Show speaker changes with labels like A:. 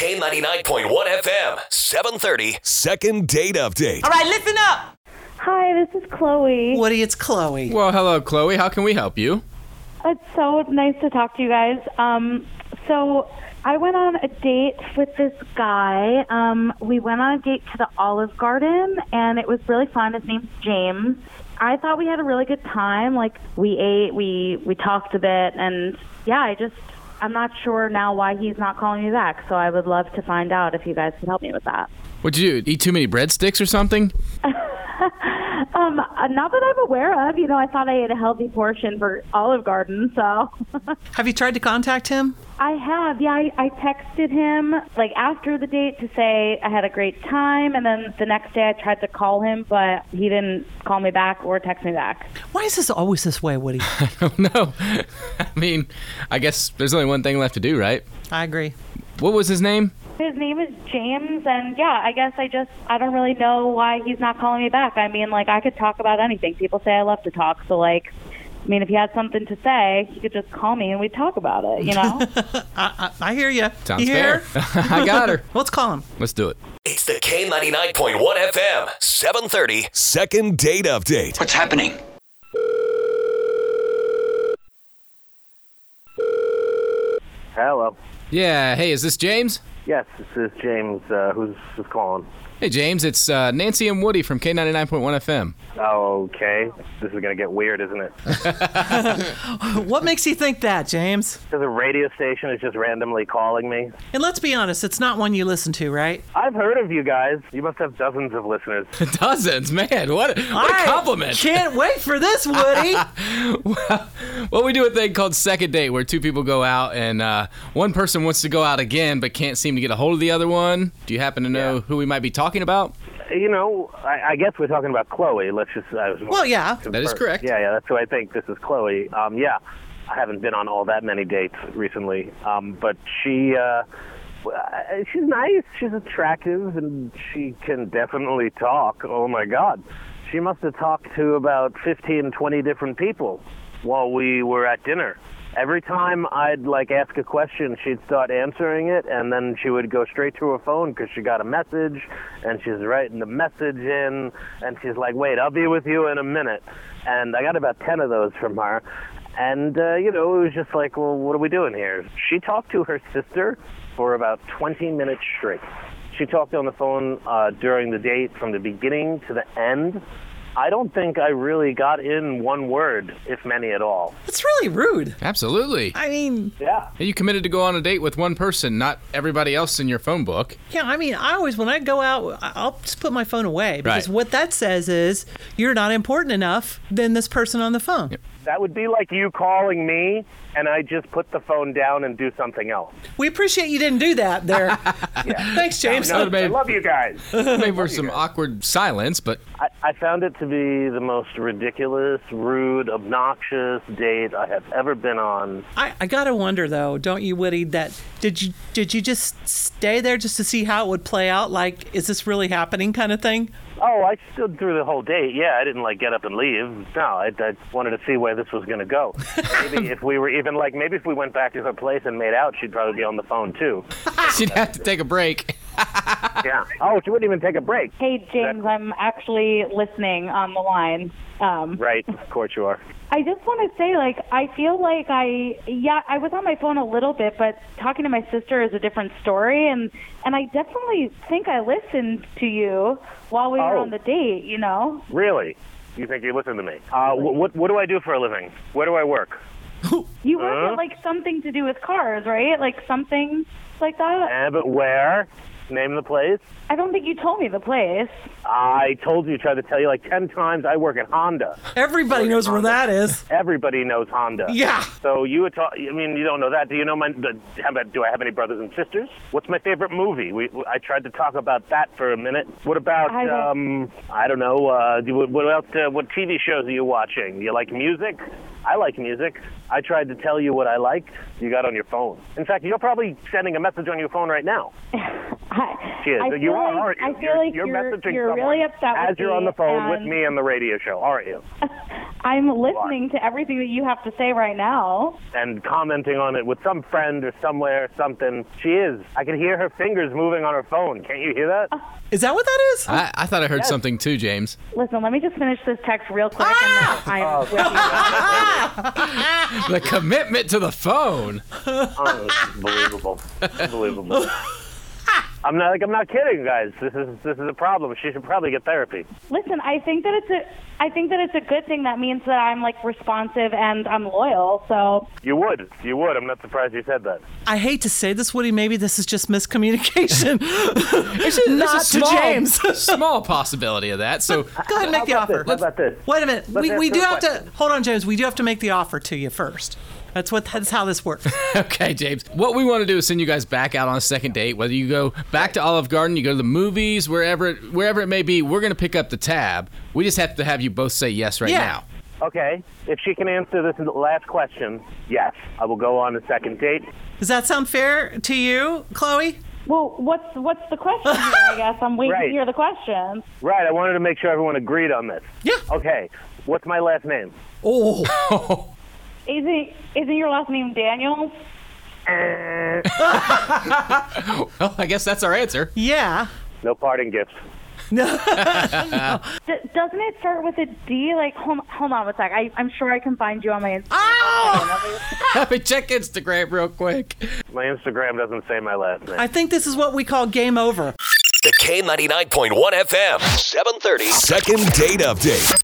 A: K99.1 FM, 730.
B: Second date update.
C: All right, listen up.
D: Hi, this is Chloe.
C: Woody, it's Chloe.
E: Well, hello, Chloe. How can we help you?
D: It's so nice to talk to you guys. Um, so I went on a date with this guy. Um, we went on a date to the Olive Garden, and it was really fun. His name's James. I thought we had a really good time. Like we ate, we we talked a bit, and yeah, I just I'm not sure now why he's not calling me back. So I would love to find out if you guys could help me with that.
E: What'd you do? Eat too many breadsticks or something?
D: Um, uh, not that I'm aware of. You know, I thought I ate a healthy portion for Olive Garden, so.
C: Have you tried to contact him?
D: I have. Yeah, I, I texted him like after the date to say I had a great time, and then the next day I tried to call him, but he didn't call me back or text me back.
C: Why is this always this way, Woody?
E: Oh, no. I mean, I guess there's only one thing left to do, right?
C: I agree.
E: What was his name?
D: His name is James, and yeah, I guess I just I don't really know why he's not calling me back. I mean, like I could talk about anything. People say I love to talk, so like. I mean, if he had something to say, he could just call me and we'd talk about it, you know?
C: I, I hear you.
E: Sounds
C: you hear?
E: fair. I got her.
C: Let's call him.
E: Let's do it.
A: It's the K99.1 FM, 730.
B: Second date update.
F: What's happening?
G: Hello.
E: Yeah. Hey, is this James?
G: Yes, this is James. Uh, who's, who's calling?
E: Hey, James. It's uh, Nancy and Woody from K99.1 FM.
G: Oh, Okay. This is going to get weird, isn't it?
C: What makes you think that, James?
G: Because a radio station is just randomly calling me.
C: And let's be honest, it's not one you listen to, right?
G: I've heard of you guys. You must have dozens of listeners.
E: Dozens, man. What? a- What
C: I
E: a compliment.
C: Can't wait for this, Woody.
E: Well, we do a thing called second date where two people go out and uh, one person wants to go out again but can't seem to get a hold of the other one. Do you happen to know who we might be talking about?
G: You know, I, I guess we're talking about Chloe. Let's just. I was
C: well, yeah.
E: That is correct.
G: Yeah, yeah, that's who I think. This is Chloe. Um, yeah, I haven't been on all that many dates recently, um, but she. Uh, w- uh, She's nice. She's attractive, and she can definitely talk. Oh my God, she must have talked to about fifteen, twenty different people while we were at dinner. Every time I'd like ask a question, she'd start answering it, and then she would go straight to her phone because she got a message, and she's writing the message in, and she's like, "Wait, I'll be with you in a minute," and I got about ten of those from her, and uh, you know, it was just like, "Well, what are we doing here?" She talked to her sister for about 20 minutes straight. She talked on the phone uh, during the date from the beginning to the end. I don't think I really got in one word, if many at all.
C: It's really rude.
E: Absolutely.
C: I mean,
G: Yeah.
E: Hey, You committed to go on a date with one person, not everybody else in your phone book.
C: yeah, I mean, I always, when I go out, I- I'll just put my phone away because
E: Right.
C: what that says is you're not important enough than this person on the phone.
G: That would be like you calling me and I just put the phone down and do something else.
C: We appreciate you didn't do that there. Thanks, James.
E: No, no.
G: I
E: Babe.
G: love you guys.
E: Maybe for some awkward silence, but
G: I, I found it to be the most ridiculous, rude, obnoxious date I have ever been on.
C: I, I gotta wonder though, don't you, Woody? That did you did you just stay there just to see how it would play out? Like, is this really happening, kind of thing?
G: Oh, I stood through the whole date. Yeah, I didn't like get up and leave. No, I, I wanted to see where this was going to go. Maybe if we were even like, maybe if we went back to her place and made out, she'd probably be on the phone too.
E: she'd have to take a break.
G: Yeah. Oh, she wouldn't even take a break.
D: hey, James, I'm actually listening on the line. Um,
G: Right. Of course you are.
D: I just want to say, like, I feel like I, yeah, I was on my phone a little bit, but talking to my sister is a different story, and and I definitely think I listened to you while we were
G: Oh.
D: on the date. You know,
G: Really? You think you listen to me? Uh, wh- what What do I do for a living? Where do I work?
D: you work at like something to do with cars, right? Like something like that.
G: Eh, but where? Name the place.
D: I don't think you told me the place.
G: I told you, tried to tell you like ten times. I work at Honda.
C: Everybody knows where that is.
G: Everybody knows Honda.
C: Yeah.
G: So you would talk. I mean, you don't know that. Do you know my? The, how about, do I have any brothers and sisters? What's my favorite movie? We, I tried to talk about that for a minute. What about?
D: I don't-
G: um, I don't know. Uh, do- what, what else? Uh, what TV shows are you watching? You like music? I like music. I tried to tell you what I liked. You got on your phone. In fact, you're probably sending a message. message on your phone right now.
D: I,
G: She is.
D: I
G: you
D: feel
G: are,
D: like,
G: aren't you?
D: I feel
G: you're,
D: like
G: you're, messaging
D: you're
G: someone
D: really upset
G: as
D: with
G: you're
D: me,
G: on the phone with
D: and
G: me on the radio show, aren't you?
D: I'm listening to everything that you have to say right now.
G: and commenting on it with some friend or somewhere or something. She is. I can hear her fingers moving on her phone. Can't you hear that?
C: Is that what that is?
E: I, I thought I heard something too, James.
D: Listen, let me just finish this text real quick,
G: Ah!
D: and
G: Oh,
D: then I'm with you.
E: The commitment to the phone.
G: Oh, Unbelievable. Unbelievable. I'm not like I'm not kidding, guys. This is this is a problem. She should probably get therapy.
D: Listen, I think that it's a, I think that it's a good thing. That means that I'm like responsive and I'm loyal. So
G: You would. You would. I'm not surprised you said that.
C: I hate to say this, Woody. Maybe this is just miscommunication. Not
E: There's a
C: to James.
E: small possibility of that. So
C: Go ahead and make the
G: How
C: offer.
G: about this? How about
C: Wait a minute.
G: Let's
C: we we
G: answer
C: do
G: the
C: have to hold on, James. We do have to make the offer to you first. That's what that's how this works.
E: Okay, James. What we want to do is send you guys back out on a second date. Whether you go back to Olive Garden, you go to the movies, wherever it, wherever it may be, we're going to pick up the tab. We just have to have you both say yes right
C: Yeah.
E: now.
G: this? Okay. If she can answer this last question, yes, I will go on a second date.
C: Does that sound fair to you, Chloe?
D: Well, what's what's the question? Here, I guess I'm waiting
G: Right.
D: to hear the question.
G: Right. I wanted to make sure everyone agreed on this.
C: Yeah.
G: Okay. What's my last name?
C: Oh,
D: Isn't isn't your last name Daniel?
E: Well, I guess that's our answer.
C: yeah.
G: No parting gifts.
D: D- doesn't it start with a D? Like, hold, hold on a sec. I, I'm sure I can find you on my Instagram.
E: Let me check Instagram real quick.
G: My Instagram doesn't say my last name.
C: I think this is what we call game over.
A: The K99.1 FM, 730.
B: Second date update.